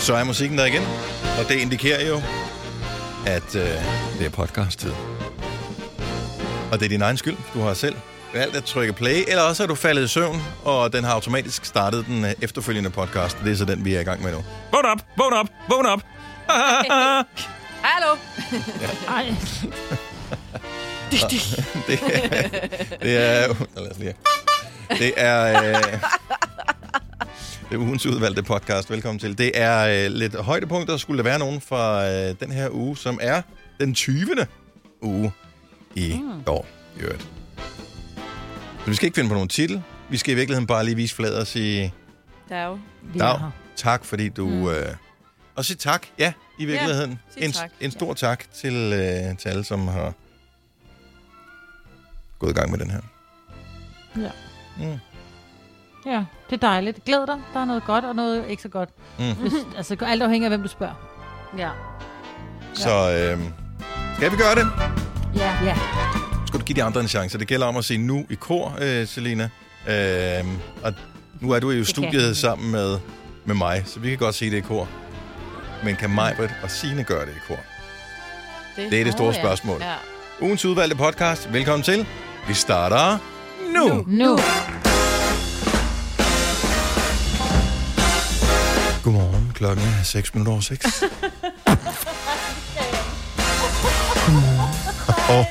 Så er musikken der igen, og det indikerer jo, at øh, det er podcast-tid. Og det er din egen skyld, du har selv valgt at trykke play, eller også er du faldet i søvn, og den har automatisk startet den øh, efterfølgende podcast. Det er så den, vi er i gang med nu. Vågn op, vågn op, vågn op. Hallo. Ej. Det er... Det er, uh, lad os lige. Det er... Øh, det er ugens udvalgte podcast. Velkommen til. Det er øh, lidt højdepunkter, skulle der være nogen fra øh, den her uge, som er den 20. uge i mm. år. I øvrigt. Så vi skal ikke finde på nogen titel. Vi skal i virkeligheden bare lige vise flader og sige Der er jo. Vi er dag. her. Tak, fordi du... Mm. Øh, og sige tak, ja, i virkeligheden. sig en, tak. en stor tak til, øh, til alle, som har gået i gang med den her. Ja. Mm. Ja, det er dejligt. Glæd dig. Der er noget godt og noget ikke så godt. Mm. Hvis, altså, alt afhænger af, hvem du spørger. Ja. Så øh, skal vi gøre det? Ja. Ja. Skal du give de andre en chance? Det gælder om at sige nu i kor, øh, Selina. Øh, og nu er du jo i kan studiet jeg. sammen med, med mig, så vi kan godt sige det i kor. Men kan Majbrit og Sine gøre det i kor? Det er det store Åh, ja. spørgsmål. Ja. Ugens udvalgte podcast. Velkommen til. Vi starter nu. nu. Nu. Godmorgen. Klokken er 6 minutter over 6. Godmorgen.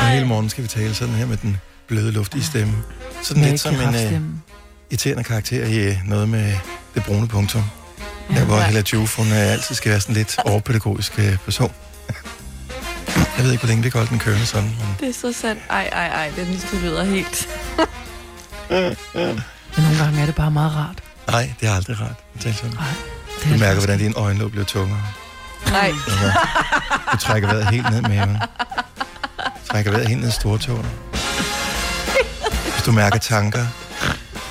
Og hele morgen skal vi tale sådan her med den bløde luft i stemmen. Sådan lidt som en øh, irriterende karakter i øh, noget med det brune punktum. Der hvor Hella Juf, hun øh, altid skal være sådan lidt overpædagogisk øh, person. Jeg ved ikke, hvor længe vi kan holde den kørende sådan. Men... Det er så sandt. Ej, ej, ej. Den liste lyder helt. Men nogle gange er det bare meget rart. Nej, det er aldrig rart at tale sådan. Det Du er mærker, hvordan dine øjenlåg bliver tungere. Nej. Altså, du trækker vejret helt ned med maven. Trækker vejret helt ned i stortåen. Hvis du mærker tanker,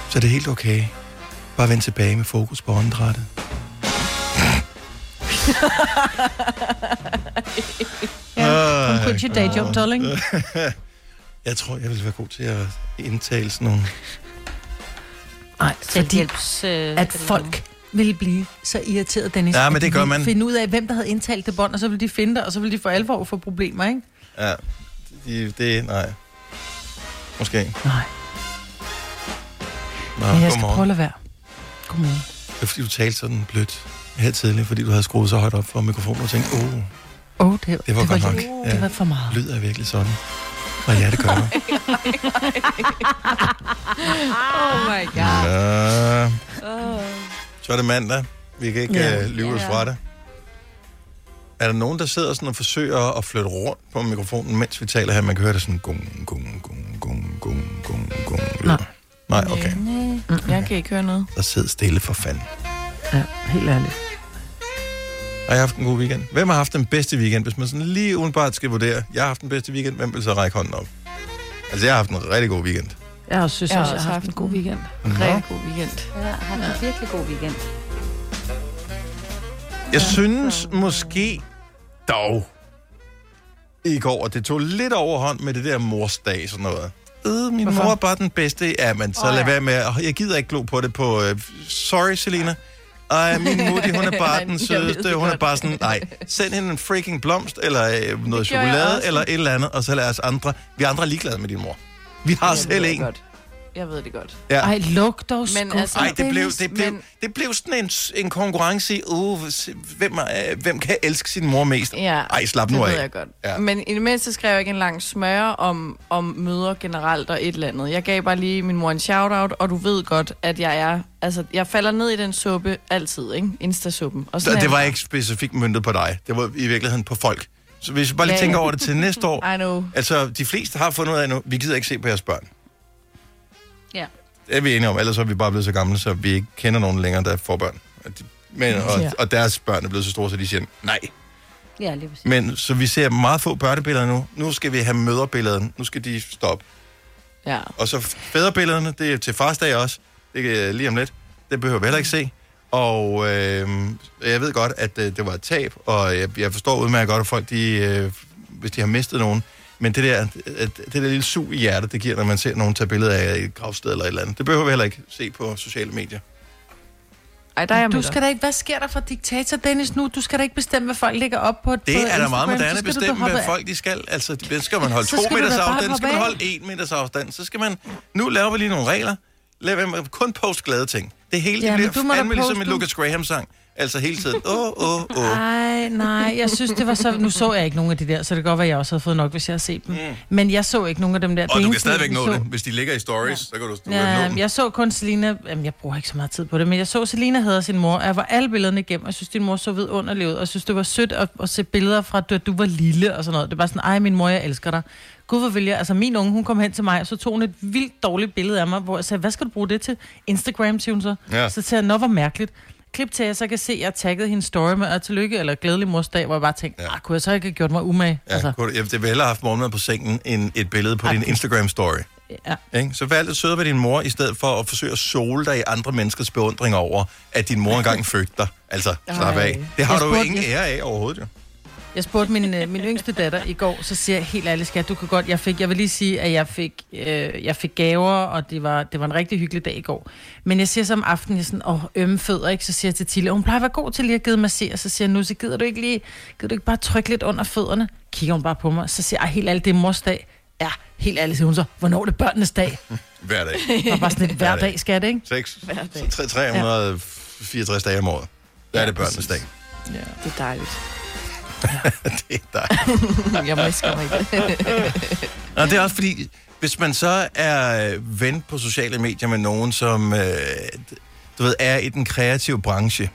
så er det helt okay. Bare vend tilbage med fokus på åndedrættet. Kom, Ah, quit your day job, darling. Jeg tror, jeg vil være god til at indtale sådan nogle... Nej, fordi Selvhjælps... Øh, at folk ville blive så irriteret, Dennis. Ja, men at det de gør ville man. finde ud af, hvem der havde indtalt det bånd, og så ville de finde dig, og så ville de for alvor få problemer, ikke? Ja, det, det nej. Måske. Nej, Nå, men jeg skal godmorgen. prøve at lade være. Godmorgen. Det er fordi, du talte sådan blødt her tidligere, fordi du havde skruet så højt op for mikrofonen og tænkte, åh, oh, Åh, oh, det, Det var godt nok. Det Ja. var for meget. lyder jeg virkelig sådan? Og ja, det gør jeg. Oh my god. Ja. Oh. Så er det mandag. Vi kan ikke Ja. ja. øh, lyve os Ja. fra det. Er der nogen, der sidder sådan og forsøger at flytte rundt på mikrofonen, mens vi taler her? Man kan høre det sådan gung, gung, gung, gung, gung, gung, gung. Nej. Nej, okay. Jeg kan ikke høre noget. Så sid stille for fanden. Ja, helt ærligt. Har jeg haft en god weekend? Hvem har haft den bedste weekend? Hvis man sådan lige udenbart skal vurdere, jeg har haft den bedste weekend, hvem vil så række hånden op? Altså, jeg har haft en rigtig god weekend. Jeg har synes Jeg har også, jeg også har haft en haft god en- weekend. Rigtig god weekend. Jeg har haft en virkelig god weekend. Jeg synes måske dog i går, at det tog lidt overhånd med det der morsdag sådan noget. Øh, min Hvorfor? mor er bare den bedste. Ja, men så Åh, oh, lad ja. være med. at- Jeg gider ikke glo på det på... Øh, sorry, Selina. Ej, min mutti, hun er bare Nej, den jeg ved sødeste. det Hun er godt. bare sådan, nej, send hende en freaking blomst, eller øh, noget gjorde jeg chokolade, også. eller et eller andet, og så lad os andre. Vi andre er ligeglade med din mor. Vi har E. Jeg selv ved det en. godt. Jeg ved det godt. Ja. Ej, luk dog Men skuffen, altså- Ej, det blev, det blev, men- det blev sådan en, en konkurrence i, uh, hvem, er, øh, hvem kan elske sin mor mest? Ja, Ej, slap det nu ved af. jeg godt. Ja. Ja. Men i det mindste skrev jeg ikke en lang smøre om, om møder generelt og et eller andet. Jeg gav bare lige min mor en shout-out, og du ved godt, at jeg er... Altså, jeg falder ned i den suppe altid, ikke? Instasuppen. Og sådan Så er det var jeg. ikke specifikt møntet på dig. Det var i virkeligheden på folk. Så hvis vi bare lige Ja, tænker ja. over det til næste år. I know. Altså, de fleste har fundet ud af nu, vi gider ikke se på jeres børn. Ja. Det er vi enige om, ellers er vi bare blevet så gamle, så vi ikke kender nogen længere, der får børn. Og de- Men, og, Ja. og deres børn er blevet så store, så de siger nej. Ja, lige præcis. Men så vi ser meget få børnebilleder nu. Nu skal vi have møderbilledet. Nu skal de stoppe. Ja. Og så fædrebillederne, det er til farsdag også. Det er lige om lidt. Det behøver vi heller ikke se. Og øh, jeg ved godt, at øh, det var et tab, og jeg, jeg forstår udmærket godt, at folk, de, øh, hvis de har mistet nogen, men det der, at, det der lille sug i hjertet, det giver, når man ser nogen tage billeder af et gravsted eller et eller andet, det behøver vi heller ikke se på sociale medier. Ej, der er jeg Du med skal da ikke, hvad sker der for diktator Dennis nu? Du skal da ikke bestemme, hvad folk lægger op på på Det er da Instagram. meget moderne Så at skal du da bestemme, hoppe hvad af. folk de skal. Altså, det skal man holde Så to skal du meters da bare afstand, hoppe skal man af. holde en meters afstand, så skal man... Nu laver vi lige nogle regler. Lad være med kun post glade ting. Det hele Ja, det men bliver du må da fandme ligesom poste Ah, en nu. dig. Lucas Graham-sang. Altså hele tiden. Åh, åh, åh. Nej, nej, jeg synes, det var så... Nu så jeg ikke nogen af de der, så det kan godt være, jeg også havde fået nok, hvis jeg havde set dem. Mm. Men jeg så ikke nogen af dem der. Det Og du kan eneste, stadigvæk vi nå så, det. Hvis de ligger i stories, så kan du, du kan nå Ja, dem. jeg så kun Selina, jamen jeg bruger ikke så meget tid på det, men jeg så Selina havde sin mor, og jeg var alle billederne igennem, og jeg synes, din mor så vidunderlig ud, og jeg synes, det var sødt at, at se billeder fra, da du var lille og sådan noget. Det var sådan, ej min mor, jeg elsker dig. Gud, hvor vil jeg, altså min unge, hun kom hen til mig, og så tog hun et vildt dårligt billede af mig, hvor jeg sagde, hvad skal du bruge det til? Instagram, siger hun så. Ja. Så sagde jeg, nå, hvor mærkeligt. Klip til, at jeg så kan se, at jeg taggede hendes story med, og tillykke, eller glædelig morsdag, hvor jeg bare tænkte, Ja. ja. kunne jeg så ikke have gjort mig umage? Ja, Ja, altså, kunne du- jeg det vil hellere have haft morgenmad på sengen, end et billede på Ej, din det- Instagram-story. ja. Ikke? Så vær lidt sød ved din mor, i stedet for at forsøge at sole dig i andre menneskers beundring over, at din mor engang fødte dig. Altså, slap Ej. af. Det har Jeg du jo spurgte ingen lige- ære af overhovedet, jo. Jeg spurgte min, øh, min yngste datter i går, så siger jeg helt ærligt, skat, du kan godt, jeg fik, jeg vil lige sige, at jeg fik, øh, jeg fik gaver, og det var, det var en rigtig hyggelig dag i går. Men jeg siger så om aftenen, jeg er sådan, åh, ømme fødder, ikke? Så siger jeg til Tille, hun plejer at være god til lige at give massere, så siger jeg, nu, så gider du ikke lige, gider du ikke bare trykke lidt under fødderne? Kigger hun bare på mig, så siger jeg, "Ej, helt ærligt, det er mors dag. Ja, helt ærligt, siger hun så, hvornår er det børnenes dag? Hver dag. Det var bare sådan lidt hver dag, skat, ikke? 6, 364 dage om året. Der er det børnenes dag. Det er dejligt. Det er dig. Jeg misker mig ikke. Nå, det er også fordi, hvis man så er øh, ven på sociale medier med nogen, som øh, du ved, er i den kreative branche,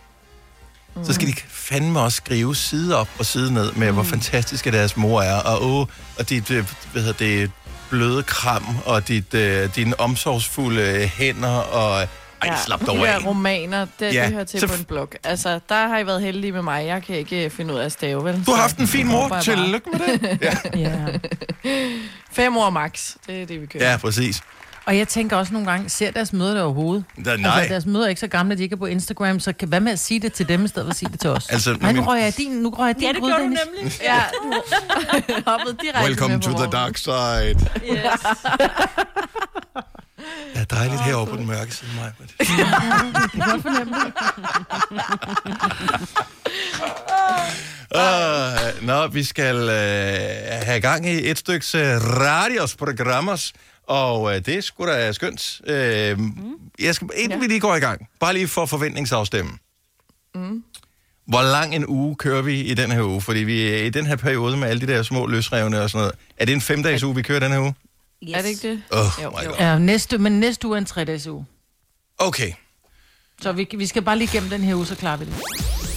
mm. så skal de fandme også skrive side op og side ned med, mm. hvor fantastiske deres mor er, og, åh, og dit, øh, hvad hedder det, bløde kram, og dit, øh, dine omsorgsfulde hænder, og ej, Ja, slap de dog af. der romaner, Ja, det, ja, det hører til så på f- en blog. Altså, der har I været heldige med mig. Jeg kan ikke øh, finde ud af at stave, vel? Du har Så haft en fin mor, håber jeg bare. tillykke med det. Ja, Ja. Fem år max. Det er det, vi kører. ja præcis. Og jeg tænker også nogle gange, ser deres møder det overhovedet? Da, nej. Altså, deres møder er ikke så gamle, at de ikke er på Instagram, så kan, hvad med at sige det til dem, i stedet for at sige det til os? Altså, Ej, nu min- røg jeg din, nu røg jeg din gryde, Dennis. nemlig. Ja, du hoppede direkte Welcome med på to the vognen. dark side. Yes. Det er dejligt herovre på den mørke side, mig. Uh, nå, vi skal uh, have gang i et stykke uh, radiosprogrammer, og uh, det er sgu da skønt. Uh, jeg skal, inden ja. vi lige går i gang, bare lige for forventningsafstemme. Mm. Hvor lang en uge kører vi i den her uge? Fordi vi er i den her periode med alle de der små løsrevne og sådan noget. Er det en femdages uge, vi kører den her uge? Er det ikke det? Åh, Jo, my jo. God. Ja, næste, men næste uge er en 3 uge. Okay. Så vi, vi skal bare lige gennem den her uge, så klarer vi det.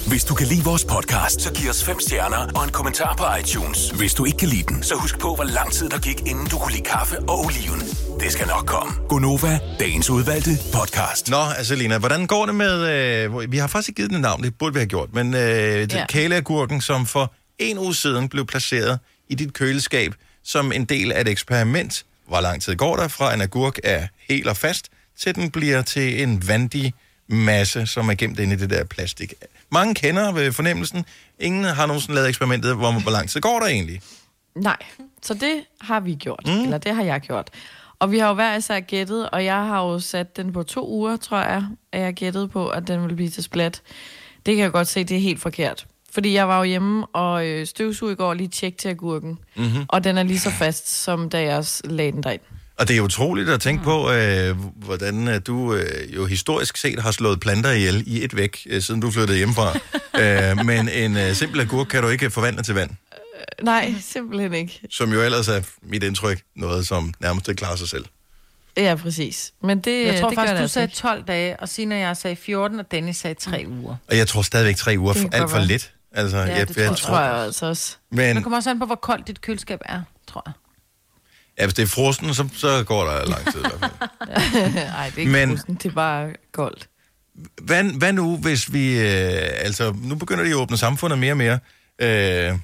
Hvis du kan lide vores podcast, så giv os fem stjerner og en kommentar på iTunes. Hvis du ikke kan lide den, så husk på, hvor lang tid der gik, inden du kunne lide kaffe og oliven. Det skal nok komme. Gonova, dagens udvalgte podcast. Nå, altså Lena, hvordan går det med... Øh, hvor- vi har faktisk ikke givet den et navn, det burde vi have gjort, men øh, ja. Ja. kæleagurken, som for en uge siden blev placeret i dit køleskab som en del af et eksperiment. Hvor lang tid går der fra en agurk er helt og fast, til den bliver til en vandig masse, som er gemt inde i det der plastik. Mange kender ved fornemmelsen. Ingen har nogensinde lavet eksperimentet, hvor, hvor lang tid går der egentlig. Nej, så det har vi gjort, mm. eller det har jeg gjort. Og vi har jo hver især gættet, og jeg har jo sat den på to uger, tror jeg, at jeg gættede på, at den ville blive til splat. Det kan jeg godt se, det er helt forkert. Fordi jeg var jo hjemme og øh, støvsug i går og lige tjek til agurken. Mm-hmm. Og den er lige så fast, som da jeg også lagde den derind. Og det er utroligt at tænke på, øh, hvordan øh, du øh, jo historisk set har slået planter ihjel i et væk, øh, siden du flyttede hjemmefra. øh, men en øh, simpel agurk kan du ikke forvandle til vand, Nej, simpelthen ikke. som jo ellers er mit indtryk noget, som nærmest ikke klarer sig selv. Ja, præcis. Men det, Jeg tror det gør faktisk, det du altså Mm. sagde ikke. 12 dage, og Sina og jeg sagde 14, og Dennis sagde 3 uger. Og jeg tror stadigvæk tre uger Det for, kan alt godt for være. lidt. Altså, ja, jeg, det jeg, tror tror, jeg. tror jeg altså også. Det Men kommer også an på, hvor koldt dit køleskab er, tror jeg. ja, hvis det er frosten, så, så går der lang tid. i hvert fald. Nej, det er ikke Men- Men... det er bare koldt. Hvad, hvad nu, hvis vi... Øh, altså, nu begynder de at åbne samfundet mere og mere. Øh, jeg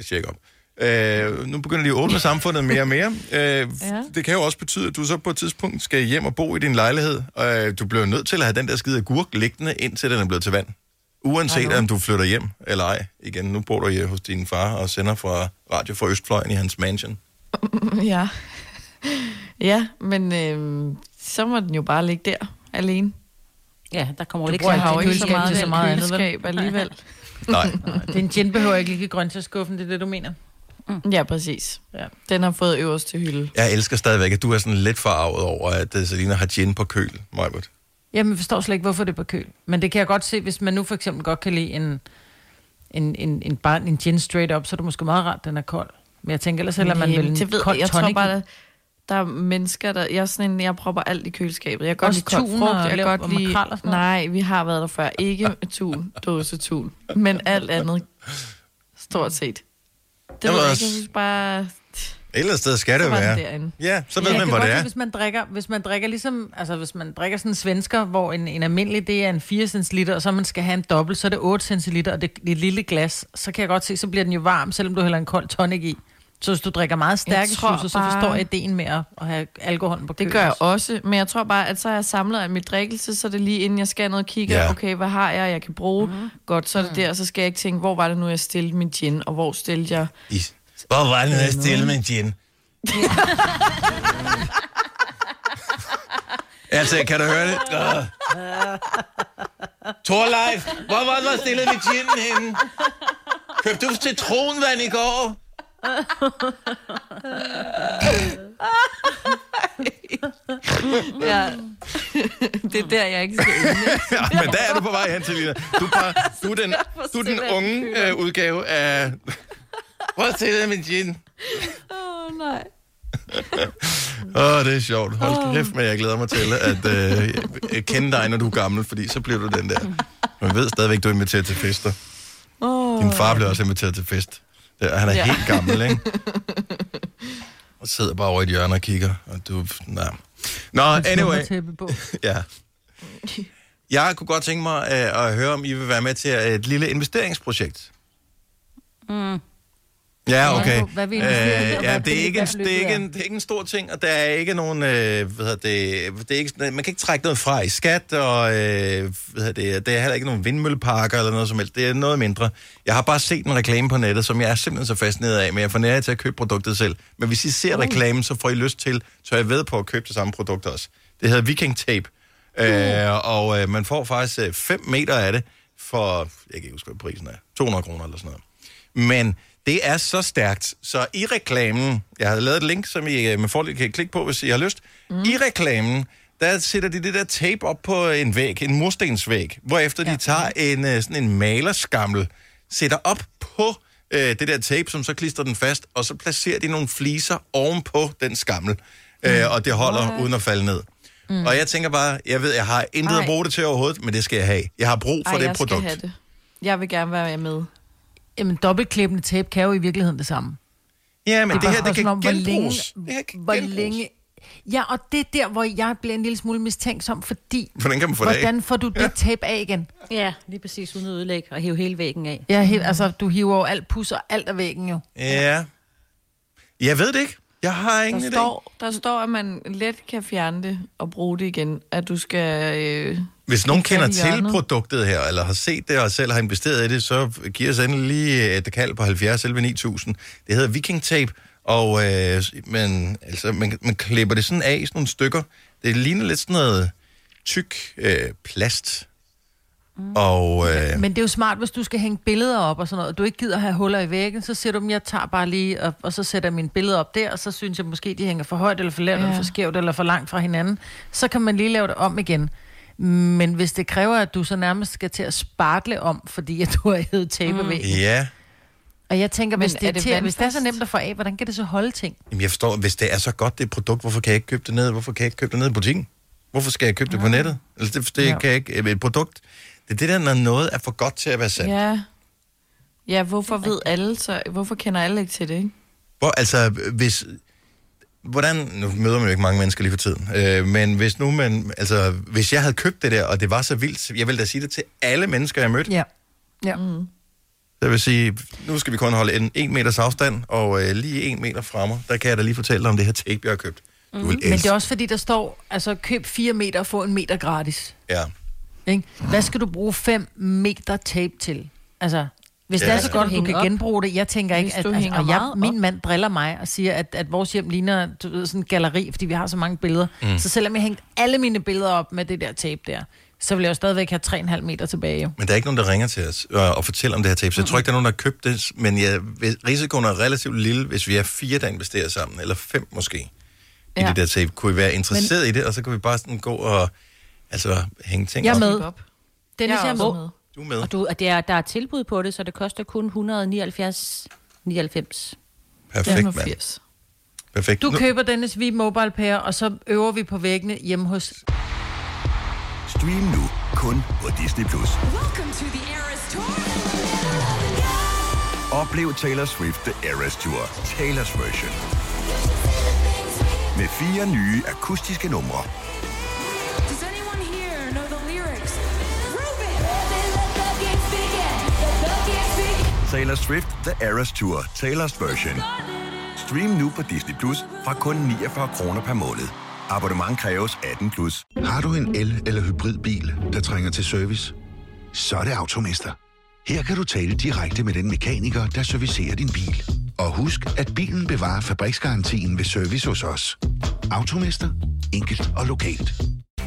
siger ikke op. Øh, nu begynder de at åbne samfundet mere og mere. Øh, ja. Det kan jo også betyde, at du så på et tidspunkt skal hjem og bo i din lejlighed. Og øh, du bliver nødt til at have den der skide gurk liggende, indtil den er blevet til vand. Uanset om du flytter hjem eller ej. Igen, nu bor du hjemme hos din far og sender fra radio fra Østfløjen i hans mansion. Ja. ja, men øh, så må den jo bare ligge der alene. Ja, der kommer jo ikke bruger så ikke har jo meget ikke køleskab så køleskab meget til så så meget meget andet, vel? køleskab alligevel. Nej. Den gin behøver ikke ligge i grøntsagsskuffen, det er det, du mener. Ja, præcis. Ja. Den har fået øverst til hylde. Jeg elsker stadigvæk, at du er sådan lidt forarvet over, at øh, Selina har gin på køl, Majbert. Jamen, jeg forstår slet ikke, hvorfor det er på køl. Men det kan jeg godt se, hvis man nu for eksempel godt kan lide en, en, en, en, barn, en gin straight up, så er det måske meget rart, den er kold. Men jeg tænker ellers, eller man Jamen, vil en det ved, kold jeg tonic. tror bare, der, der er mennesker, der... Jeg, er sådan en, jeg propper alt i køleskabet. Jeg kan godt Også lide kold tun frugt. og Jeg kan lav- godt og lide... makrel og sådan noget? Nej, vi har været der før. Ikke tun, dåse tun. Men alt andet. Stort set. Det Jamen ved jeg også- ikke. Jeg synes bare... Et eller andet sted skal Så det var den være. derinde. Ja, så ved Ja, ja, jeg man, kan hvor godt det lide, er. hvis man drikker, hvis man drikker ligesom, altså hvis man drikker sådan en svensker, hvor en, en almindelig, det er en 4 centiliter, og så man skal have en dobbelt, så er det 8 centiliter, og det, det lille glas, så kan jeg godt se, så bliver den jo varm, selvom du hælder en kold tonic i. Så hvis du drikker meget stærke tror juicer, så bare- forstår jeg ideen med at at have alkoholen på køl. Det gør jeg også, men jeg tror bare, at så har jeg samlet alt mit drikkelse, så er det lige inden jeg skal ned og kigge, Ja. ja. okay, hvad har jeg, jeg kan bruge? Mm. Godt, så er det der, så skal jeg ikke tænke, hvor var det nu, jeg stillede min gin, og hvor stillede jeg... I- Hvor var det, jeg stille med en gin? altså, kan du høre det? Uh. Torleif, hvor var det, jeg stillede med ginen henne? Købte du citronvand i går? Ja. det er der, jeg ikke skal ende. Ja, men der er du på vej hen til, Lina. Du er, bare, du er den, du er den unge øh, udgave af... Hvor stillede jeg min gin? Åh, oh, nej. Åh, oh, det er sjovt. Hold kæft, men jeg glæder mig til at øh, øh, kende dig, når du er gammel, fordi så bliver du den der. Man ved stadigvæk, du er inviteret til fester. Oh. Din far blev også inviteret til fest. Der, han er ja. Ja. helt gammel, ikke? Og sidder bare over i et hjørne og kigger, og du... Nej. Nå, anyway. Tæppe på. Ja. Jeg kunne godt tænke mig øh, at høre, om I vil være med til øh, et lille investeringsprojekt. Mm. Ja, okay. på, hvad vi investerer i, og ja, hvad det, er beløbet- ikke en, hvad det, er beløbet ikke er. en, det er ikke en stor ting, og der er ikke nogen... Øh, hvad hedder det, det er ikke, man kan ikke trække noget fra i skat, og øh, hvad hedder det, der er heller ikke nogen vindmølleparker eller noget som helst. Det er noget mindre. Jeg har bare set en reklame på nettet, som jeg er simpelthen så fascineret af, men jeg får nær til at købe produktet selv. Men hvis I Oh. ser reklamen, så får I lyst til, så jeg ved på at købe det samme produkt også. Det hedder Viking Tape. Øh, Oh. og øh, man får faktisk 5 meter af det for, jeg kan ikke huske, hvad prisen er, 200 kroner eller sådan noget. Men det er så stærkt, så i reklamen, jeg har lavet et link, som I øh, med fordel kan klikke på, hvis I har lyst. Mhm. Mm. I reklamen, der sætter de det der tape op på en væg, en murstensvæg, hvorefter ja. de tager en, øh, sådan en malerskammel, sætter op på øh, det der tape, som så klister den fast, og så placerer de nogle fliser ovenpå den skammel, øh, Mm. og det holder uden at falde ned. Mm. Og jeg tænker bare, jeg ved, jeg har intet at Ej. bruge det til overhovedet, men det skal jeg have. Jeg har brug for Ej, det jeg produkt. Skal have det. Jeg vil gerne være med. Jamen, dobbeltklæbende tape kan jo i virkeligheden det samme. Ja, men det, det her, bare det kan spørgsmål om, hvor længe- genbruges. Det her kan Hvor genbruges. længe... Ja, og det er der, hvor jeg bliver en lille smule mistænksom, fordi... Hvordan kan man få det af? Hvordan får du det tape af igen? Ja, lige præcis uden at ødelægge og hæve hele væggen af. Ja, helt, altså, du hiver jo alt pus og alt af væggen jo. Ja. Jeg ved det ikke. Jeg har ingen Der idé. står, der står, at man let kan fjerne det og bruge det igen. At du skal... Øh, Hvis nogen kan kender i hjørnet. til produktet her, eller har set det, og selv har investeret i det, så giver os endelig lige et kald på 70 11 9000. Det hedder Viking Tape, og øh, man, altså, man, man klipper det sådan af i sådan nogle stykker. Det ligner lidt sådan noget tyk øh, plast. Mm. Og øh, Men det er jo smart, hvis du skal hænge billeder op og sådan noget, og du ikke gider have huller i væggen, så siger du dem, jeg tager bare lige, og, og så sætter jeg mine billeder op der, og så synes jeg måske, de hænger for højt, eller for lavt, ja. Ja. eller for skævt, eller for langt fra hinanden. Så kan man lige lave det om igen. Men hvis det kræver, at du så nærmest skal til at spartle om, fordi at du har hævet tape mm. væk. ja, Og jeg tænker, Men hvis det, er er det til, hvis det er så vandfast? nemt at få af, hvordan kan det så holde ting? Jamen, jeg forstår, hvis det er så godt, det produkt, hvorfor kan jeg ikke købe det ned? Hvorfor kan jeg ikke købe det ned i butikken? Hvorfor skal jeg købe det på nettet? Altså, det, det Ja. kan jeg ikke. Et produkt, det er det der, når noget er for godt til at være sandt. ja. Ja, hvorfor ved alle så... Hvorfor kender alle ikke til det, ikke? Hvor, altså, hvis... Hvordan, nu møder man jo ikke mange mennesker lige for tiden, øh, men hvis nu man, altså, hvis jeg havde købt det der, og det var så vildt, jeg ville da sige det til alle mennesker, jeg mødte. Ja. ja. Mm. Det vil sige, nu skal vi kun holde en, en meters afstand, og øh, lige en meter fremme, der kan jeg da lige fortælle dig om det her tape, jeg har købt. Du vil elske. Mhm. Men det er også fordi, der står, altså køb 4 meter og få en meter gratis. Ja. Ikke? Hvad skal du bruge 5 meter tape til? Altså, hvis ja. Ja. det er så godt, at du Hænge kan op. genbruge det, jeg tænker ikke, Hvis at du altså, hænger og jeg, meget op. min mand driller mig og siger, at, at vores hjem ligner du ved, sådan en galeri, fordi vi har så mange billeder. Mm. Så selvom jeg hængte alle mine billeder op med det der tape der, så vil jeg jo stadigvæk have 3,5 meter tilbage. Jo. Men der er ikke nogen, der ringer til os øh, og fortæller om det her tape, så jeg tror ikke, der er nogen, der har købt det, men jeg, hvis- risikoen er relativt lille, hvis vi er fire, der investerer sammen, eller fem måske, i Ja. det der tape. Kunne I være interesseret i det, og så kan vi bare sådan gå og altså, hænge ting Jeg er op? med. Op. Dennis, jeg er også med. med. Du er med. Og du, og det er, der er tilbud på det, så det koster kun 179 99. Perfekt, mand. 85. Perfekt. Du Nu- køber Dennis Vi Mobile Pair, og så øver vi på væggene hjemme hos Stream nu kun på Disney+. Plus. Welcome to the Eras Tour. Oplev Taylor Swift The Eras Tour, Taylor's version. Med fire nye akustiske numre. Does anyone here know the lyrics? Taylor Swift The Eras Tour, Taylor's version. Stream nu på Disney Plus fra kun 49 kroner per måned. Abonnement kræves 18 plus. Har du en el- eller hybridbil, der trænger til service? Så er det Automester. Her kan du tale direkte med den mekaniker, der servicerer din bil. Og husk, at bilen bevarer fabriksgarantien ved service hos os. Automester. Enkelt og lokalt.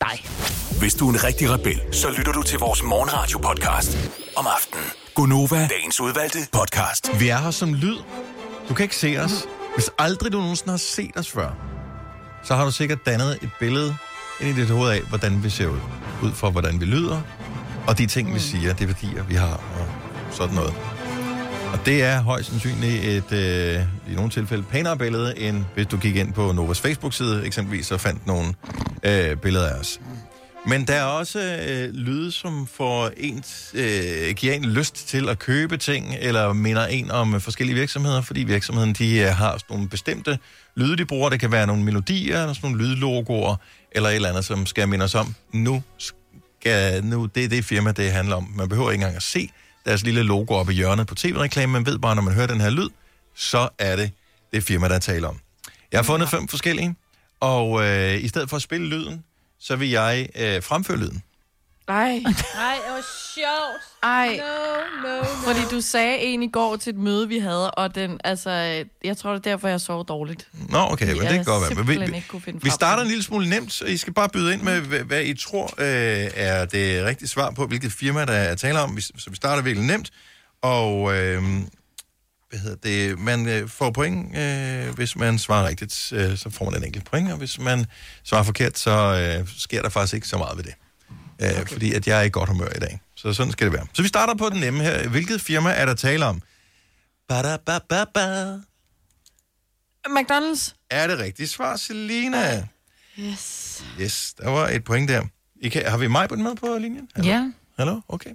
dig. Hvis du er en rigtig rebel, så lytter du til vores morgenradio-podcast om aftenen. Gunova, dagens udvalgte podcast. Vi er her som lyd. Du kan ikke se os. Hvis aldrig du nogensinde har set os før, så har du sikkert dannet et billede ind i dit hoved af, hvordan vi ser ud. Ud fra, hvordan vi lyder, og de ting, vi siger, det er værdier, vi har, og sådan noget. Og det er højst sandsynligt et, øh, i nogle tilfælde, pænere billede, end hvis du gik ind på Novas Facebook-side eksempelvis, og fandt nogle øh, billeder af os. Men der er også øh, lyde, som får en, øh, giver en lyst til at købe ting, eller minder en om øh, forskellige virksomheder, fordi virksomheden de, øh, har sådan nogle bestemte lyde, de bruger. Det kan være nogle melodier, eller sådan nogle lydlogoer, eller et eller andet, som skal minde os om. Nu, skal, nu det er det firma, det handler om. Man behøver ikke engang at se deres lille logo oppe i hjørnet på tv-reklamen. Man ved bare, når man hører den her lyd, så er det det firma, der taler om. Jeg har fundet fem forskellige, og øh, i stedet for at spille lyden, så vil jeg øh, fremføre lyden. Ej, Nej, det var sjovt. ej. No, no. Fordi du sagde en i går til et møde, vi havde, og den, altså, øh, jeg tror, det er derfor, jeg sov dårligt. Nå, okay, men det kan jeg godt være. Men simpelthen vi, ikke kunne finde vi frem starter til. en lille smule nemt, så I skal bare byde ind med, hvad, hvad I tror øh, er det rigtige svar på, hvilket firma, der er tale om. Vi- Så vi starter virkelig nemt, og øh, hvad hedder det, man øh, får point, øh, hvis man svarer rigtigt, øh, så får man en enkelt point, og hvis man svarer forkert, så øh, sker der faktisk ikke så meget ved det. Øh, okay. Fordi at jeg er i godt humør i dag. Så sådan skal det være. Så vi starter på den nemme her. Hvilket firma er der tale om? Ba-da-ba-ba-ba. McDonald's? Er det rigtige svar, Selina? Yes. Yes, der var et point der. I kan, har vi mig på den med på linjen? Hallo? Ja. Hallo? Okay.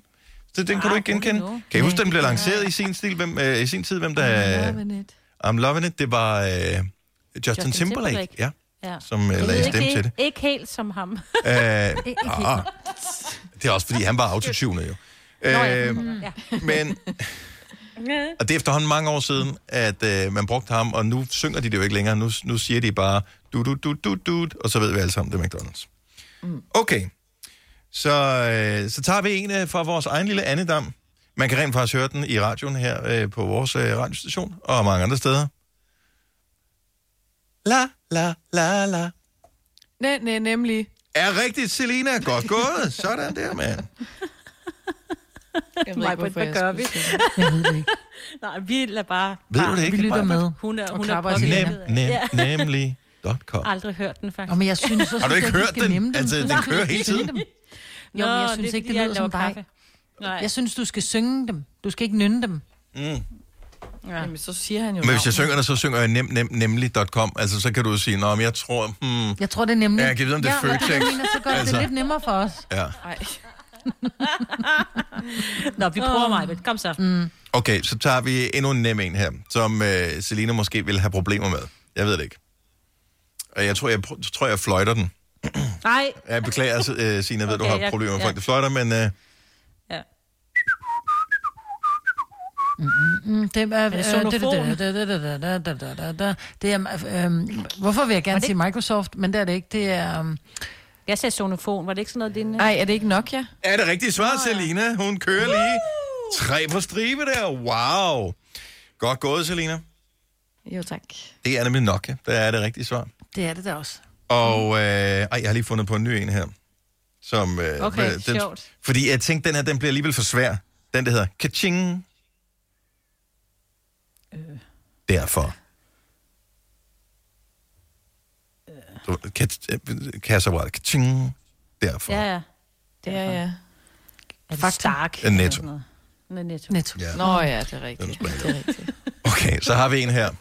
Så den kan du ikke genkende. Kan I huske, den blev lanceret i sin, stil, hvem, øh, i sin tid, hvem der... Øh, Loving it. I'm loving it, det var øh, Justin, Justin Timberlake, Justin Timberlake. Timberlake. Ja, Ja. som øh, lagde stemme til det. ikke, ikke helt som ham. Æh, ah, det er også, fordi han var autotuner jo. Øh, ja. men... Og det er efterhånden mange år siden, at øh, man brugte ham, og nu synger de det jo ikke længere. Nu, nu siger de bare, du du du du du og så ved vi alle sammen, det er McDonald's. Okay, så, øh, så tager vi en øh, fra vores egen lille andedam. Man kan rent faktisk høre den i radioen her øh, på vores øh, radiostation, og mange andre steder. La, la, la, la. Nej, nej, nemlig. Er rigtigt, Selina. Godt gået. Sådan der, mand. Jeg ved ikke, hvorfor jeg gør vi? Jeg ved det ikke. Nej, vi lader bare... Ved du det Vi ikke? lytter Maja? med. Hun er, Og hun er klapper os påvirket. i Nem, hænderne. nem, Ja. nemlig. Dot com. Aldrig hørt den, faktisk. Nå, men jeg synes, så Har du synes ikke jeg, hørt skal den? nemme dem. Altså, den Nej, kører hele skal tiden. nemme dem. Nå, Jo, men jeg synes er ikke, det fordi, jeg lyder som laver dig. kaffe. Nej, Jeg synes, du skal synge dem. Du skal ikke nynne dem. Jamen, så siger han jo Men hvis jeg navnet. synger det, så synger jeg nem, nem, nemlig.com. Altså, så kan du jo sige, nå, men jeg tror, hmm, Jeg tror, det er nemlig... Ja, jeg kan vide, om det er men det Føtex. jeg mener, så gør altså. det Altså. er lidt nemmere for os. ja. Ej. Nå, vi prøver mig, men kom så. Mm. Okay, så tager vi endnu en nem en her, som øh, Selina måske vil have problemer med. Jeg ved det ikke. Og jeg tror, jeg, pr- tror, jeg fløjter den. Nej. Jeg beklager, si- øh, Signe, jeg ved, okay, du Okay, har jeg- problemer med folk, ja. der fløjter, men øh, Ja. Mm, det er, øh, det det, sonofon? da, da, da, da, da, da, da, da. det er, øh, hvorfor vil jeg gerne sige Microsoft, men det er det ikke. Det er, øh, Jeg sagde sonofon. Var det ikke sådan noget, din... Nej, er det ikke Nokia? er det rigtige svar, Selina? Hun kører lige tre på stribe der. Wow. Godt gået, Selina. Jo, tak. Det er nemlig Nokia, der er det rigtige svar. det er det da også. Og øh, ej, jeg har lige fundet på en ny en her. Som, øh, Okay, hvad- den, sjovt. Fordi jeg tænkte, den her den bliver alligevel for svær. Den, der hedder Kaching. Øh. Derfor. Du, kat- øh, Kasseapparat. Kaching. Derfor. Ja, ja. Det er ja. Er det Stark? Øh, Netto. Med netto. netto. Ja. Nå ja, det er rigtigt. Den er Det er rigtigt. Okay, så har vi en her.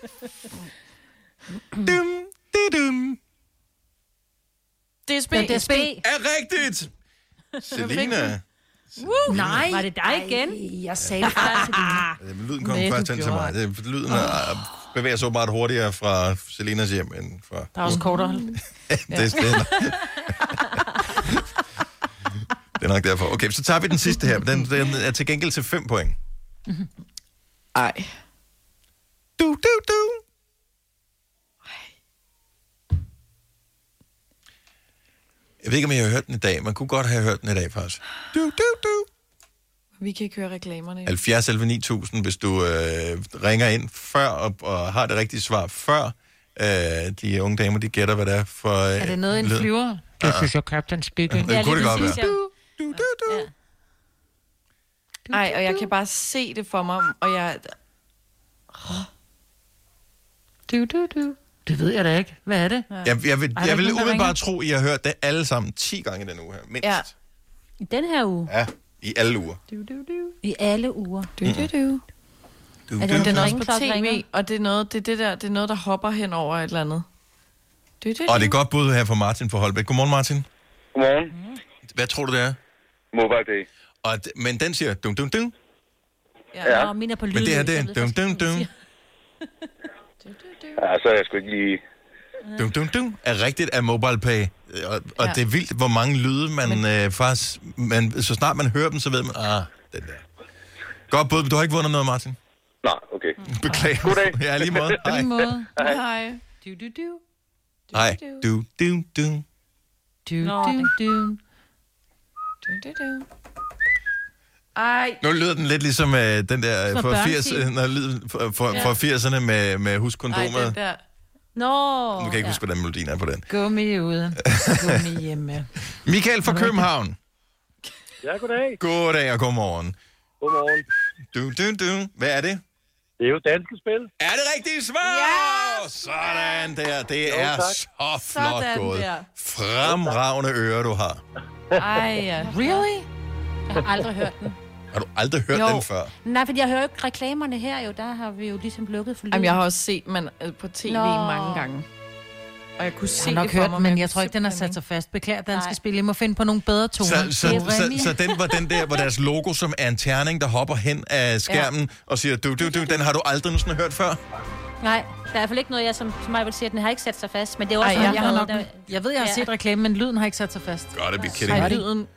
Dum, di dum. DSB. Men DSB. Er rigtigt! Selina. Woo! Nej. Var det dig igen? Jeg sagde det før, Selina. Øh, Lyden kom Næh, først du hen til gjorde mig. Det- Lyden er, bevæger sig åbenbart hurtigere fra Selinas hjem end fra... Der er også kortere. Det er spændende. det er nok derfor. Okay, så tager vi den sidste her. Den, den er til gengæld til 5 point. Ej. Du, du, du. Jeg ved ikke, om jeg har hørt den i dag. Man kunne godt have hørt den i dag, faktisk. Du, du, du. Vi kan ikke høre reklamerne. 70 11 9000, hvis du øh, ringer ind før og, og har det rigtige svar før. Øh, de unge damer, de gætter, hvad det er for... Øh, Er det noget, en lyd. flyver? Det synes jeg, Captain Speaking. Det Ja, kunne det lige godt præcis, være. Du, du, du. Ja. Nej, og jeg kan bare se det for mig, og jeg... Du, du, du. Det ved jeg da ikke. Hvad er det? Jeg, jeg vil, der jeg ikke vil nogen, der ringer? umiddelbart tro, I har hørt det alle sammen 10 gange i den uge her, mindst. Ja. I den her uge. ja i alle uger. I alle uger. Du, du, du. Du, Er det du, den Den er du. også på Ringklokke ringer. tv, og det er noget, det er det der, det er noget der hopper hen over et eller andet. Du, du, Og det er du. godt bud her fra Martin fra Holbæk. Godmorgen, Martin. Godmorgen. Hvad tror du, det er? Mobile Day. Og, d- men den siger dum dum dum. Ja. Nå, min er på lyd. Men det her, så det jeg er ved dum faktisk dum ikke, hvad dum. man Ja, så er jeg sgu ikke lige... Dum dum dum er rigtigt af MobilePay. øh, Og, og Ja. det er vildt, hvor mange lyde man øh, faktisk... Man, så snart man hører dem, så ved man, ah, den der. Godt bud. Du har ikke vundet noget, Martin. Nej, okay. Beklager. Goddag. Ja, lige måde. Hej. Ingen måde. Hej. Du, du, du. Hej. Du, du, du. Du, Nå, du, du. Du, du, du. Ej, Nu lyder den lidt ligesom øh, den der øh, Som fra, 80, børnefilm. når lyden fra, fra, fra 80'erne med, med husk nej, kondomet. den der. Nå. Nu kan jeg ikke huske, hvordan melodien er på den. Gummi ude. Gummi hjemme. Michael fra København. Ja, goddag. Goddag og godmorgen. Godmorgen. Du, du, du. Hvad er det? Det er jo danske spil. Er det rigtige svar? Yes! Sådan der. Det er tak. så flot Sådan gået. der. Fremragende ører, du har. Ej, ja. Really? Jeg har aldrig hørt den. Har du aldrig hørt Jo. den før? Nej, fordi jeg hører jo ikke reklamerne her jo. Der har vi jo ligesom lukket for lyden. Jamen, jeg har også set man øh, på tv Nå. mange gange. Og jeg kunne se Jeg har nok det for hørt, mig, den, men jeg tror ikke, den har sat simpelthen sig fast. Beklager danske Nej. spil. I må finde på nogle bedre toner. Så, så, Det er så, Remi. så den var den der, hvor deres logo som er en terning, der hopper hen af skærmen og siger, du, du, du, den har du aldrig nogensinde hørt før. Nej, der er i hvert fald ikke noget, jeg som, som mig vil sige, at den har ikke sat sig fast. Men det er jo også Ej, Ej, jeg, jeg har nok, der... jeg ved, jeg har Ja. set reklame, men lyden har ikke sat sig fast. Godt, er vi kidding. ikke. Ej, lyden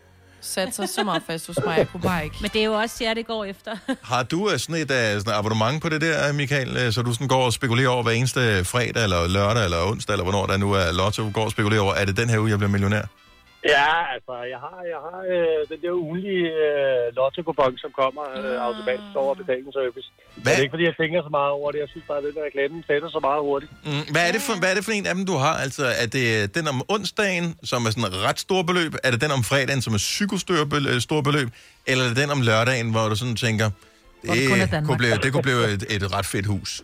satte sig så meget fast hos mig, jeg kunne bare ikke. Men det er jo også jer, det går efter. Har du øh, sådan et øh, sådan abonnement på det der, Michael, øh, så du sådan går og spekulerer over hver eneste fredag, eller lørdag, eller onsdag, eller hvornår der nu er lotto, går og spekulerer over, er det den her uge, jeg bliver millionær? Ja, altså, jeg har, jeg har øh, den der ugenlige øh, lotto-kupon, som kommer øh, automatisk over betalingsservice. Hvad? Det er ikke, fordi jeg tænker så meget over det. Jeg synes bare, at den der reklame sætter så meget hurtigt. Mm, hvad, er det for, hvad er det for en af dem, du har? Altså, er det øh, den om onsdagen, som er sådan et ret stort beløb? Er det den om fredagen, som er psykostort beløb? Eller er det den om lørdagen, hvor du sådan tænker, Hvor det kun er det, Danmark. kunne blive, det kunne blive et, et ret fedt hus?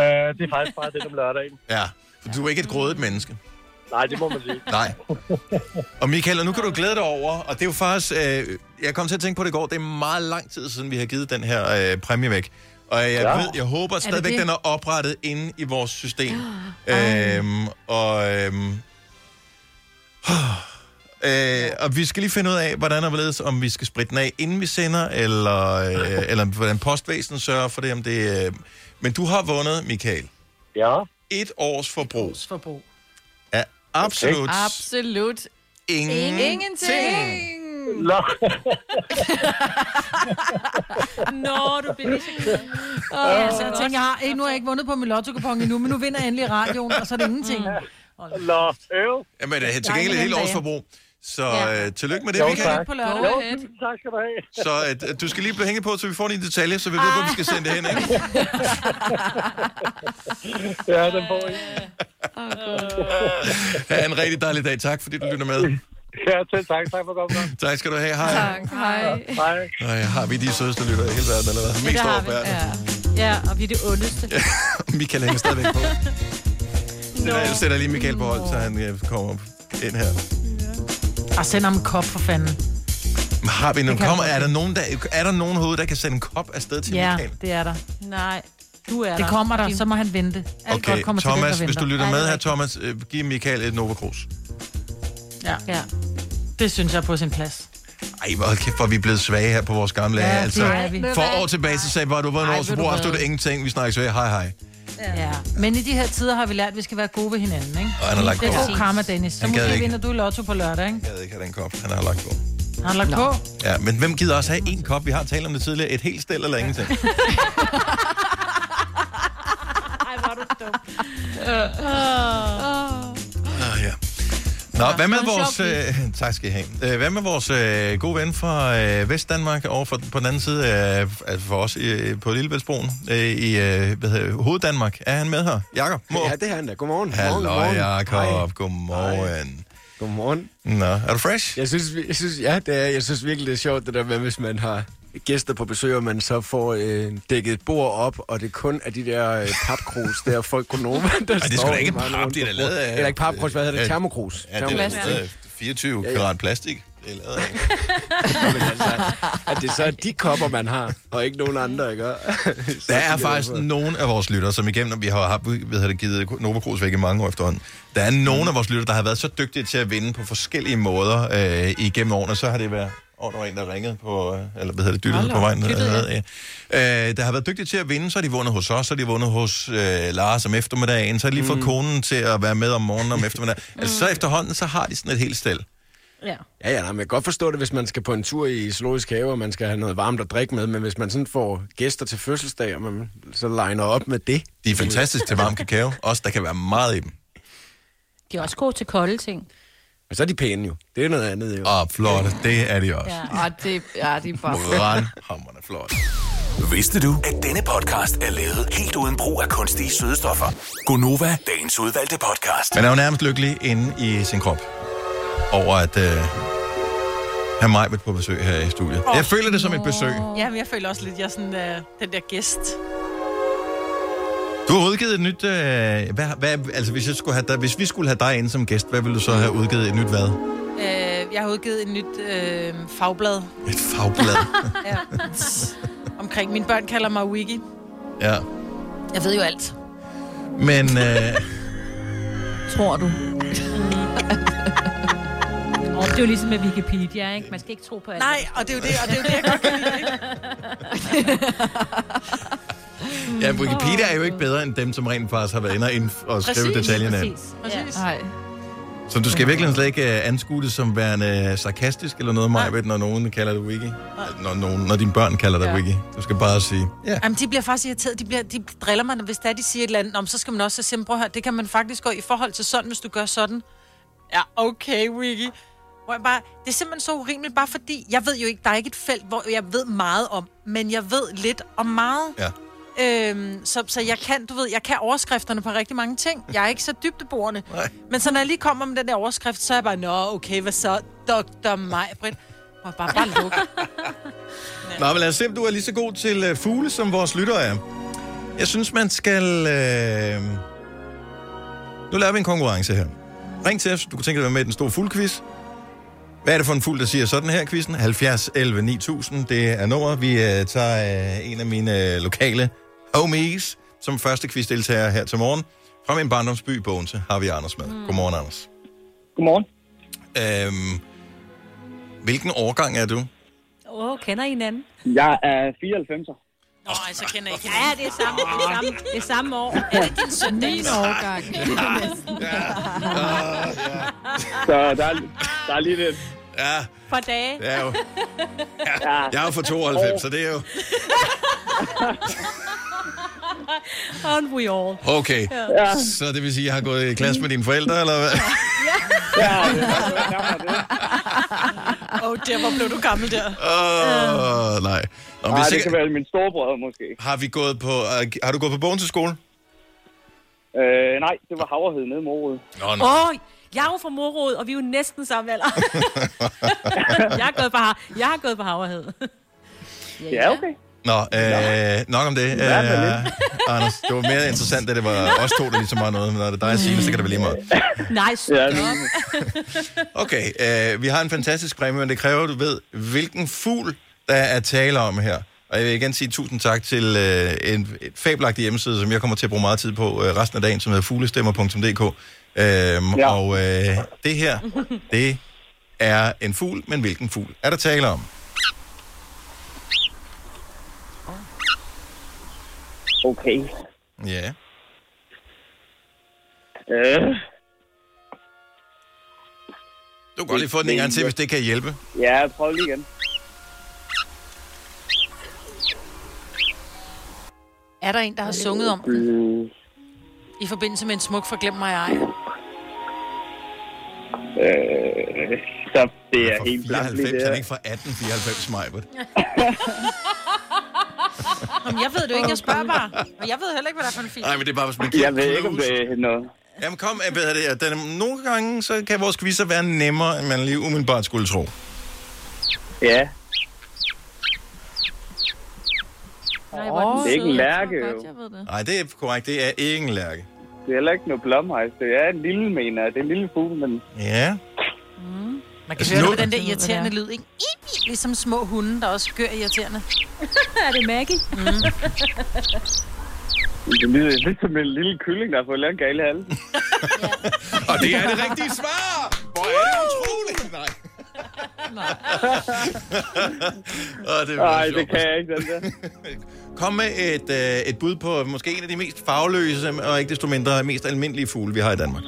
Øh, det er faktisk bare det om lørdagen. Ja, for du er ikke et grådigt menneske. Nej, det må man sige. Nej. Og Michael, og nu kan du glæde dig over, og det er jo faktisk, øh, jeg kom til at tænke på det i går, det er meget lang tid siden, vi har givet den her øh, præmie væk. Og jeg, ja. Ja. ved, jeg håber stadigvæk, det? den er oprettet inde i vores system. Øhm, og, øhm, øh, og vi skal lige finde ud af, hvordan og hvorledes, om vi skal spritte den af, inden vi sender, eller, øh, eller hvordan postvæsenet sørger for det. Om det øh. Men du har vundet, Michael, Ja, et års forbrug Forbrug. af absolut Absolut Ingen. Ingenting. Nå. Nå, du bliver så oh, ja, så jeg tænker, jeg har, ikke, nu har jeg ikke vundet på min lotto endnu, men nu vinder jeg endelig i radioen, og så er det ingenting. Nå, øv. Jamen, det er øh, til Nej, gengæld et men helt den års dag. forbrug. Så Ja. ja. øh, tillykke med det, Jo, Michael. tak. På lørdag. Jo, tusind tak skal du have. Så at, at du skal lige blive hænget på, så vi får dine detaljer, så vi ved, hvor vi skal sende det hen. Ikke? Ja, den får I. Ha' en rigtig dejlig dag. Tak, fordi du lytter med. Ja, selv tak. Tak for at komme. Tak skal du have. Hej. Hej. Hej. Nej, har vi de sødeste lytter i hele verden, eller hvad? Mest overbærende. Ja, og vi er det ondeste. Michael hænger stadigvæk på. No. Jeg sætter lige Michael på hold, så han øh, kommer op ind her. Og Ah, send ham en kop for fanden. Men Har vi nogen, kan kommer, man er, der nogen, der, er der nogen hovedet, der kan sende en kop afsted til Ja, Michael? det er der. Nej, du er Det kommer der, så må han vente. Alt Okay, godt kommer til Thomas, den, der hvis du venter. lytter Ja, med det er her, Thomas, øh, giv Michael et Nova Cruz. rigtigt. Ja. ja. Det synes jeg er på sin plads. Ej, hvor kæft, hvor er vi blevet svage her på vores gamle ja, Ja, altså. det er vi. For år tilbage, så sagde vi bare, du var en Ej, år, så ved du bruger hvad? absolut ingenting. Vi snakker svage. Hej, hej. Ja. Men i de her tider har vi lært, at vi skal være gode ved hinanden, ikke? Og han har lagt det på. er god karma, Dennis. Så Han gad måske ikke. vinder du i lotto på lørdag, ikke? Jeg ved ikke, have den kop, han har lagt på. Har han lagt Nå. på? Ja, men hvem gider også have en kop? Vi har talt om det tidligere. Et helt stel eller ingenting. Ej, hvor er du dum. Øh. Ah, ja. Nå, hvad med det var vores... Øh, tak skal I have. Øh, Hvad med vores øh, gode ven fra øh, Vestdanmark over for, på den anden side af, altså for os øh, på Lillebæltsbroen øh, i øh, hvad hedder, det, Hoveddanmark? Er han med her? Jakob? Må. Ja, det er han da. Godmorgen. Hallo, Godmorgen. Jakob. Godmorgen. Godmorgen. Nå, er du fresh? Jeg synes, vi- jeg synes, ja, det er, jeg synes virkelig, det er sjovt, det der med, hvis man har gæster på besøg, og man så får øh, dækket et bord op, og det kun er de der øh, papkrus, der folk kun nogen, der Ej, det er sgu da ikke pap, det er da lavet af- Eller ikke papkrus, hvad hedder øh, det? Termokrus. Ja, det er Termokrus. lavet af 24 karat plastik. Det er lavet af. At det så er de kopper, man har, og ikke nogen andre, ikke? Der er faktisk nogen af vores lyttere, som igennem, vi har haft, vi har givet Nova Cruz væk i mange år efterhånden. Der er nogen af vores lyttere, der har været så dygtige til at vinde på forskellige måder øh, igennem årene. Så har det været... Og der var en, der ringede på, øh, eller hvad hedder det, dyttede Hallo, på vejen. ned, dyttede, eller hvad, ja. øh, der har været dygtige til at vinde, så har de vundet hos os, så har de vundet hos øh, Lars om eftermiddagen, så har de lige fået Mm. konen til at være med om morgenen og om eftermiddagen. Altså så efterhånden, så har de sådan et helt stel. Ja. Ja, ja, nej, men jeg kan godt forstå det, hvis man skal på en tur i zoologisk have, og man skal have noget varmt at drikke med, men hvis man sådan får gæster til fødselsdag, og man så liner op med det. De er fantastiske til varm kakao, også der kan være meget i dem. De er også gode til kolde ting. Og så er de pæne jo. Det er noget andet jo. Og flotte, det er de også. Ja. Og det, ja, det er bare... Brandhammerne flot. Vidste du, at denne podcast er lavet helt uden brug af kunstige sødestoffer? Gonova, dagens udvalgte podcast. Man er jo nærmest lykkelig inde i sin krop over at øh, have mig med på besøg her i studiet. Oh, jeg føler det som et besøg. Ja, men jeg føler også lidt, jeg er sådan øh, den der gæst. Du har udgivet et nyt... Øh, hvad, hvad, altså, hvis, jeg skulle have dig, hvis vi skulle have dig ind som gæst, hvad ville du så have udgivet et nyt hvad? Øh, jeg har udgivet et nyt øh, fagblad. Et fagblad. ja. Omkring mine børn kalder mig Wiki. ja. Jeg ved jo alt. Men... Øh, Tror du? Og det er jo ligesom med Wikipedia, ikke? Man skal ikke tro på alt. Nej, og det er jo det, og det er jo det, jeg godt kan lide. ja, Wikipedia er jo ikke bedre end dem, som rent faktisk har været inde og, ind- og skrive detaljerne. Præcis. præcis. Nej. Så du skal virkelig slet ikke øh, anskue det som værende øh, sarkastisk eller noget, Majbet, når nogen kalder dig Wiki. Når, nogen, når dine børn kalder dig Ja. Wiki. Du skal bare sige... Ja. Jamen, de bliver faktisk irriteret. De, bliver, de driller mig, når- hvis der de siger et eller andet. Om, så skal man også så sige, "Men prøv at høre, det kan man faktisk gå i forhold til sådan, hvis du gør sådan. Ja, okay, Wiggy. Hvor jeg bare, det er simpelthen så urimeligt, bare fordi, jeg ved jo ikke, der er ikke et felt, hvor jeg ved meget om, men jeg ved lidt om meget. Ja. Øhm, så, så jeg kan, du ved, jeg kan overskrifterne på rigtig mange ting. Jeg er ikke så dybdeborende. Men så når jeg lige kommer med den der overskrift, så er jeg bare, nå, okay, hvad så, Dr. Majbrit? Må jeg bare, bare lukke. Nå, men lad os se, om du er lige så god til øh, fugle, som vores lytter er. Jeg synes, man skal... Øh... Nu laver vi en konkurrence her. Ring til os. Du kunne tænke dig at være med i den store fuglequiz. Hvad er det for en fugl, der siger sådan her, quizzen? 70 11 9000, det er nummeret. Vi øh, tager øh, en af mine øh, lokale homies som første quizdeltager her til morgen. Fra min barndomsby, Bogense, har vi Anders med. Mm. Godmorgen, Anders. Godmorgen. Øhm, hvilken årgang er du? Åh, oh, kender I hinanden? Jeg er 94'er. Nej, så kender jeg ikke. Ja, det er samme, det er samme, det er samme år. Er det din søn, Dennis? årgang. Ja. Så der er, der er lige lidt. Ja, For dage. det er jo... Ja, jeg er jo fra 92, så det er jo... Aren't we all? Okay, Ja. så det vil sige, at jeg har gået i klasse med dine forældre, eller hvad? Åh, oh, der hvor blev du gammel der. Åh, oh, Nej, nej. Nå, vi er det kan sikkert... være min storebror måske. Har vi gået på... øh, Har du gået på bogen til skole? Øh, nej, det var Havrehed nede i Morud. Nå, nå. Åh, oh, jeg er jo fra Morod, og vi er jo næsten samme alder. jeg har gået på, har- jeg har gået på Haverhed. Ja, okay. Nå, øh, nok om det. Øh, Ja, men Anders, det var mere interessant, at det var os to, der ligesom var noget. Men når det er dig og Signe, så kan det være lige meget. Nej, stop. Ja, Okay, øh, vi har en fantastisk præmie, men det kræver, at du ved, hvilken fugl, der er tale om her. Og jeg vil igen sige tusind tak til øh, en et fabelagtig hjemmeside, som jeg kommer til at bruge meget tid på øh, resten af dagen, som hedder fuglestemmer.dk. Øhm, ja. Og øh, det her, det er en fugl, men hvilken fugl er der tale om? Okay. Ja. Øh, Du kan godt lige få den en gang til, hvis det kan hjælpe. ja, prøv lige igen. Er der en, der har sunget om den? I forbindelse med en smuk forglem mig ej. Øh, så det er helt blankt lige 94, der. han er ikke fra 1894, Majbert. Jamen, jeg ved det jo ikke, jeg spørger bare. Og jeg ved heller ikke, hvad der er for en film. Nej, men det er bare, hvis man kigger Jeg ved ikke, om det er noget. Jamen kom, jeg ved det. Den, nogle gange, så kan vores quizzer være nemmere, end man lige umiddelbart skulle tro. Ja. Nej, hvor er den Det er ikke sød. en lærke, Jeg tror godt, jo. jeg ved det. Nej, det er korrekt. Det er ikke en lærke. Det er heller ikke noget blomhejs. Det er en lille, mener jeg. Det er en lille fugl, men... Ja. Man kan Altså, høre nu- det på den der Jeg ved, hvad irriterende det lyd, ikke? Ip, Ligesom små hunde, der også gør irriterende. er det Maggie? Mm. Det lyder lidt som en lille kylling, der har fået lavet en gale halv. Og det er det rigtige svar! Hvor er det utroligt! Nej. Åh, det Nej, det kan jeg ikke, den der. Kom med et, øh, et bud på måske en af de mest fagløse, og ikke desto mindre mest almindelige fugle, vi har i Danmark.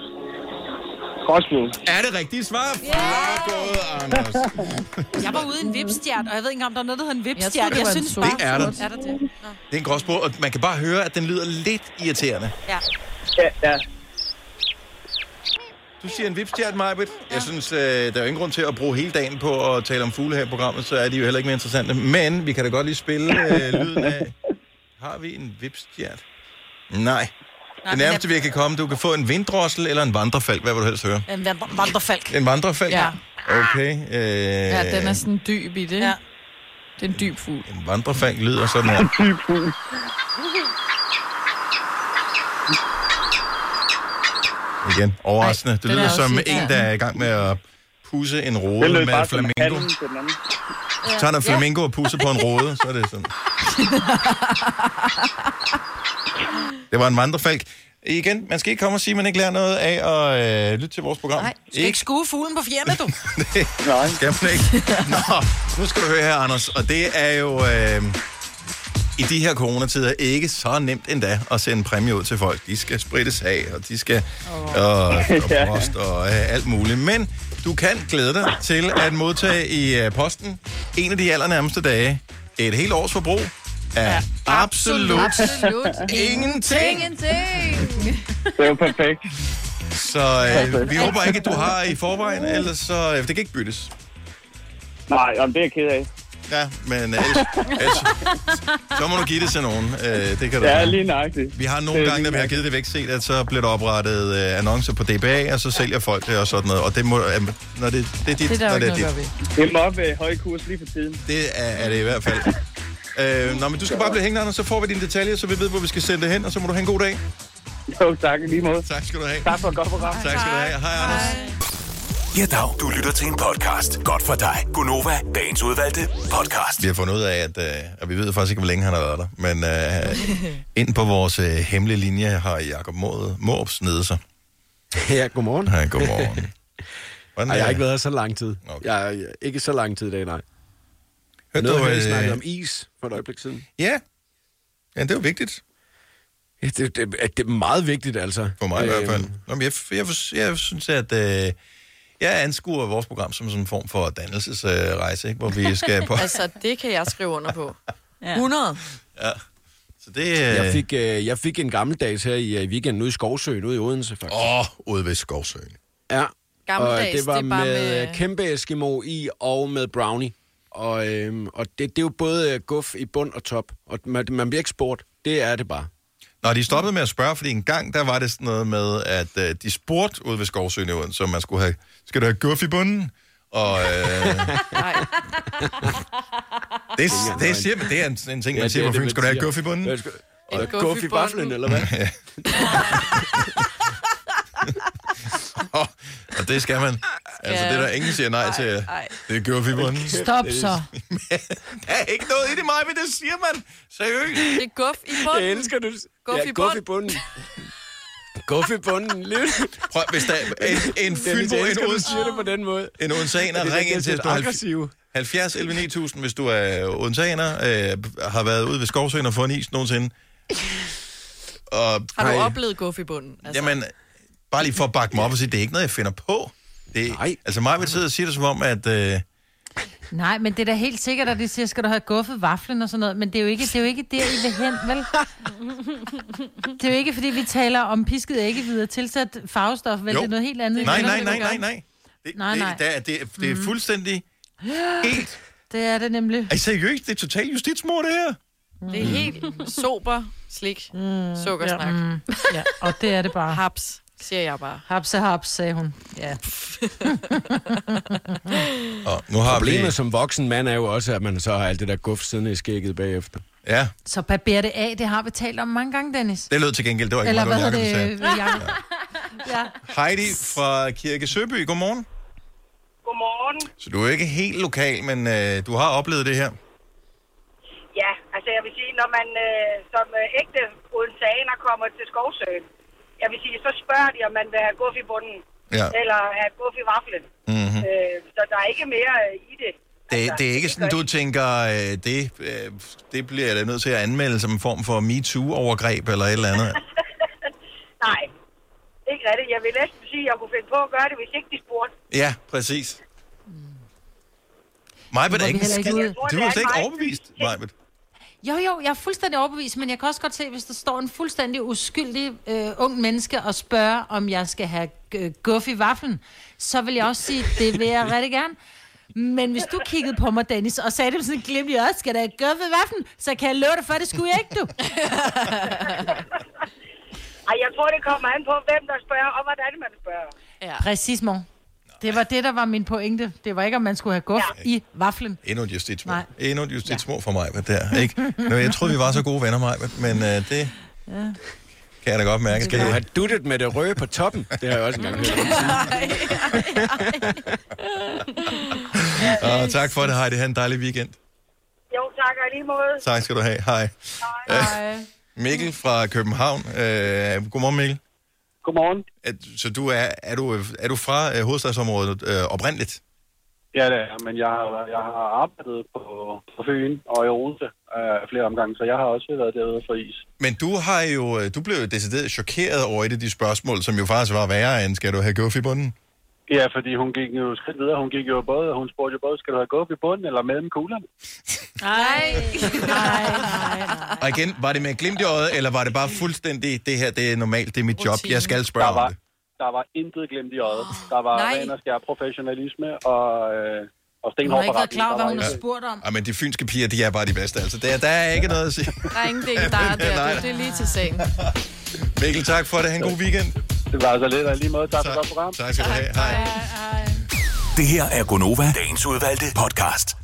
Gråsfugl. Er det rigtige svar? Flot gået, Anders. Jeg var ude i en vipstjert, og jeg ved ikke engang, om der er noget, der hedder en Jeg tror, vipstjert. det Jeg, var en synes sol. bare... Det er der. Er der det? Nå. Det er en gråsbog, og man kan bare høre, at den lyder lidt irriterende. Ja. Ja, ja. Du siger en vipstjert, Majbet. Jeg synes, øh, der er jo ingen grund til at bruge hele dagen på at tale om fugle her i programmet, så er de jo heller ikke mere interessante. Men vi kan da godt lige spille øh, lyden af... Har vi en vipstjert? Nej. Det nærmeste, vi kan komme, du kan få en vinddrossel eller en vandrefalk. Hvad vil du helst høre? En vand- vandrefalk. En vandrefalk? Ja. Okay. Øh, Ja, den er sådan dyb i det. Ja. Det er en dyb fugl. En vandrefalk lyder sådan her. Igen. Overraskende. det den er lyder også som en, irriterende. der er i gang med at pusse en Det rode lød med bare en som flamingo. handen til den anden. Så tager der en flamingo og pusser på en rode, så er det sådan. Det var en vandrefalk. Igen, man skal ikke komme og sige, at man ikke lærer noget af at øh, lytte til vores program. Nej, du skal ikke skue fuglen på fjernet, du. Nej. Skal man ikke? Nå, nu skal du høre her, Anders. Og det er jo øh, i de her coronatider ikke så nemt endda at sende præmie ud til folk. De skal sprittes af, og de skal og, og post og øh, alt muligt. Men du kan glæde dig til at modtage i øh, posten en af de allernærmeste dage et helt års forbrug af ja. absolut, Absolut. ingenting. Ingenting. Det er jo perfekt. Så øh, vi håber ikke, at du har i forvejen, ellers så... Øh, det kan ikke byttes. Nej, om det er jeg ked af. Ja, men øh, ellers, Så må du give det til nogen. Øh, det kan du. Ja, lige nøjagtigt. Vi har Det nogle er gange, lige når vi har givet det væk, set, at så bliver der oprettet øh, annoncer på DBA, og så sælger folk det og sådan noget. Og det må, øh, når det, det er dit, når det er dit. Det må op ved høj kurs lige for tiden. Det er, er det i hvert fald. Øh, nå, men du skal bare blive hængende, Anders, så får vi dine detaljer, så vi ved, hvor vi skal sende det hen, og så må du have en god dag. Jo, tak lige måde. Tak skal du have. Tak for et godt program. Tak skal du have. Hej, Anders. Ja, dag. Du lytter til en podcast. Godt for dig. Gunova, dagens udvalgte podcast. Vi har fundet ud af, at, øh, og vi ved faktisk ikke, hvor længe han har været der, men øh, ind på vores øh, hemmelige linje har Jacob Mårup Mårup snedet sig. Ja, godmorgen. Ja, godmorgen. Hvordan Ej, jeg er- har ikke været her så lang tid. Okay. Jeg, er- ikke så lang tid i dag, nej. Hørte Noget, du, vi øh, snakkede om is for et øjeblik siden. Ja. Ja, det er jo vigtigt. Ja, det, det, det er meget vigtigt, altså. For mig i hvert fald. Nå, men jeg, jeg, jeg, jeg synes, at øh, Jeg anskuer vores program som sådan en form for dannelsesrejse, ikke? hvor vi skal på... altså, det kan jeg skrive under på. 100. Ja. Så det... Jeg fik, øh, jeg fik en gammeldags her i øh, weekenden ude i Skovsøen, ude i Odense faktisk. Åh, oh, ude ved Skovsøen. Ja. Gammeldags, og det var det er bare med, med- øh, kæmpe Eskimo i og med brownie. Og, øhm, og det, det er jo både øh, guf i bund og top. Og man, man bliver ikke spurgt. Det er det bare. Nå, de stoppede med at spørge, fordi en gang, der var det sådan noget med, at øh, de spurgte ude ved Skovsøen, i Odense, om man skulle have, skal du have guf i bunden? Og øh, det, det, siger, man- det er en, en ting, Ja, man det siger er på det, Fyn. man Skal du have siger. guf i bunden? Ja, Og- guf i guf i bunden. vaflen, eller hvad? Ja. og, og det skal man. Altså, det er der ingen der siger nej til. Det er guf i bunden. Stop Øh, så. Der er ikke noget i det, Maja, men det siger man. Seriøst. Det er guf i bunden. Jeg elsker du. Guf ja, i guf bunden. i bunden. guf i bunden. Lige. Prøv, hvis der er en, en Dennis, jeg fynbo, elsker, en du Odense... siger det på den måde. En Det odenseaner, er ring den ind til lidt os på aggressive. 70 11 9000, hvis du er odenseaner, øh, har været ude ved Skovsøen og fået en is nogensinde. Og, Har du oplevet guf i bunden? Altså, Jamen, bare lige for at bakke mig op og sige, det er ikke noget, jeg finder på. Det, Nej. Altså mig vil sidde og sige det som om, at... Øh, Nej, men det er da helt sikkert, at de siger, skal du have guffet vaflen og sådan noget, men det er jo ikke, det er jo ikke der, I vil hen, vel? Det er jo ikke, fordi vi taler om pisket æggehvide tilsat farvestof, vel? Jo. Det er noget helt andet. Nej, I nej, vil nej, gøre. nej, nej. Det, Nej, nej. Mm. Det, der, er- det, er- det er fuldstændig... Helt. Det er det nemlig. Ej, seriøst, det er totalt justitsmord, det her. det er helt sober, slik, sukkersnak. Mm, ja, og det er det bare. Haps, siger jeg bare. Hapse, haps, sagde hun. Ja. Og nu har Problemet vi- vi... som voksen mand er jo også, at man så har alt det der guf siddende i skægget bagefter. Ja, Så barber det af, det har vi talt om mange gange, Dennis. det lød til gengæld. Det var ikke Eller hvad noget, hedder Jacob sagde. det? Jacob? ja. Heidi fra Kirke Søby, godmorgen. Godmorgen. Så du er ikke helt lokal, men øh, du har oplevet det her. Ja, altså jeg vil sige, når man øh, som øh, ægte odenseaner kommer til Skovsøen, jeg vil sige, så spørger de, om man vil have guff i bunden, Ja. eller have guff i vaflen. Mhm. Øh, så der er ikke mere øh, i det. Det, altså, det er ikke sådan, du tænker, øh, det, øh, det bliver jeg da nødt til at anmelde som en form for MeToo-overgreb eller et eller andet. Nej, ikke rigtigt. Jeg vil næsten sige, at jeg kunne finde på at gøre det, hvis ikke de spurgte. Ja, præcis. Majbet er vi ikke... heller ikke skid- ude. Du er slet ikke overbevist, Majbet. Jo, jo, jeg er fuldstændig overbevist, men jeg kan også godt se, hvis der står en fuldstændig uskyldig øh, ung menneske og spørger, om jeg skal have øh, guff i vaflen, så vil jeg også sige, det vil jeg rigtig gerne. Men hvis du kiggede på mig, Dennis, og sagde det med sådan en glimt i øjet, skal der have guff i vaflen, så kan jeg love dig for, det skulle jeg ikke, du. Ej, jeg tror, det kommer an på, hvem der spørger, og hvordan man spørger. Ja. Præcis, mor. Det var det, der var min pointe. Det var ikke, om man skulle have guff ja. i vaflen. Endnu et justitsmord. Nej. Endnu et justitsmord for Majbet der, ikke? Nå, jeg troede, vi var så gode venner, Majbet, men øh, det Ja. kan jeg da godt mærke. Skal du have duttet med det røde på toppen? Det har jeg også engang hørt. Og tak for det, Heidi. Ha' en dejlig weekend. Jo, tak og i lige måde. Tak skal du have. Hej. Øh, Hej. Mikkel fra København. Øh, godmorgen, Mikkel. Godmorgen. At, så du er, er, du, er du fra øh, hovedstadsområdet øh, oprindeligt? Ja, det er, men jeg har, jeg har arbejdet på, på Fyn og i Odense øh, flere omgange, så jeg har også været derude for is. Men du har jo, øh, du blev jo decideret chokeret over et af de spørgsmål, som jo faktisk var værre end, skal du have guff i bunden? Ja, fordi hun gik jo skridt videre. Hun gik jo både, hun spurgte jo både, skal du have gået i bunden eller mellem kuglerne? Nej. Og igen, var det med et glimt i øjet, eller var det bare fuldstændig, det her, det er normalt, det er mit job, jeg skal spørge om det? Der var intet glemt i øjet. Der var nej. ren og skær professionalisme og, øh, og Hun har stenhård ikke været forretning. klar over, hvad Der var hun har ikke- spurgt om. Ja, Ah, men de fynske piger, de er bare de bedste, altså. Der, der er ikke noget at sige. Der er ingenting, der er der. Du, det er lige til sagen. Mikkel, tak for det. Ha' en god weekend. Det var altså lidt, og i lige måde, tak, for godt program. Tak skal du have. Hej. Det her er Gonova, dagens udvalgte podcast.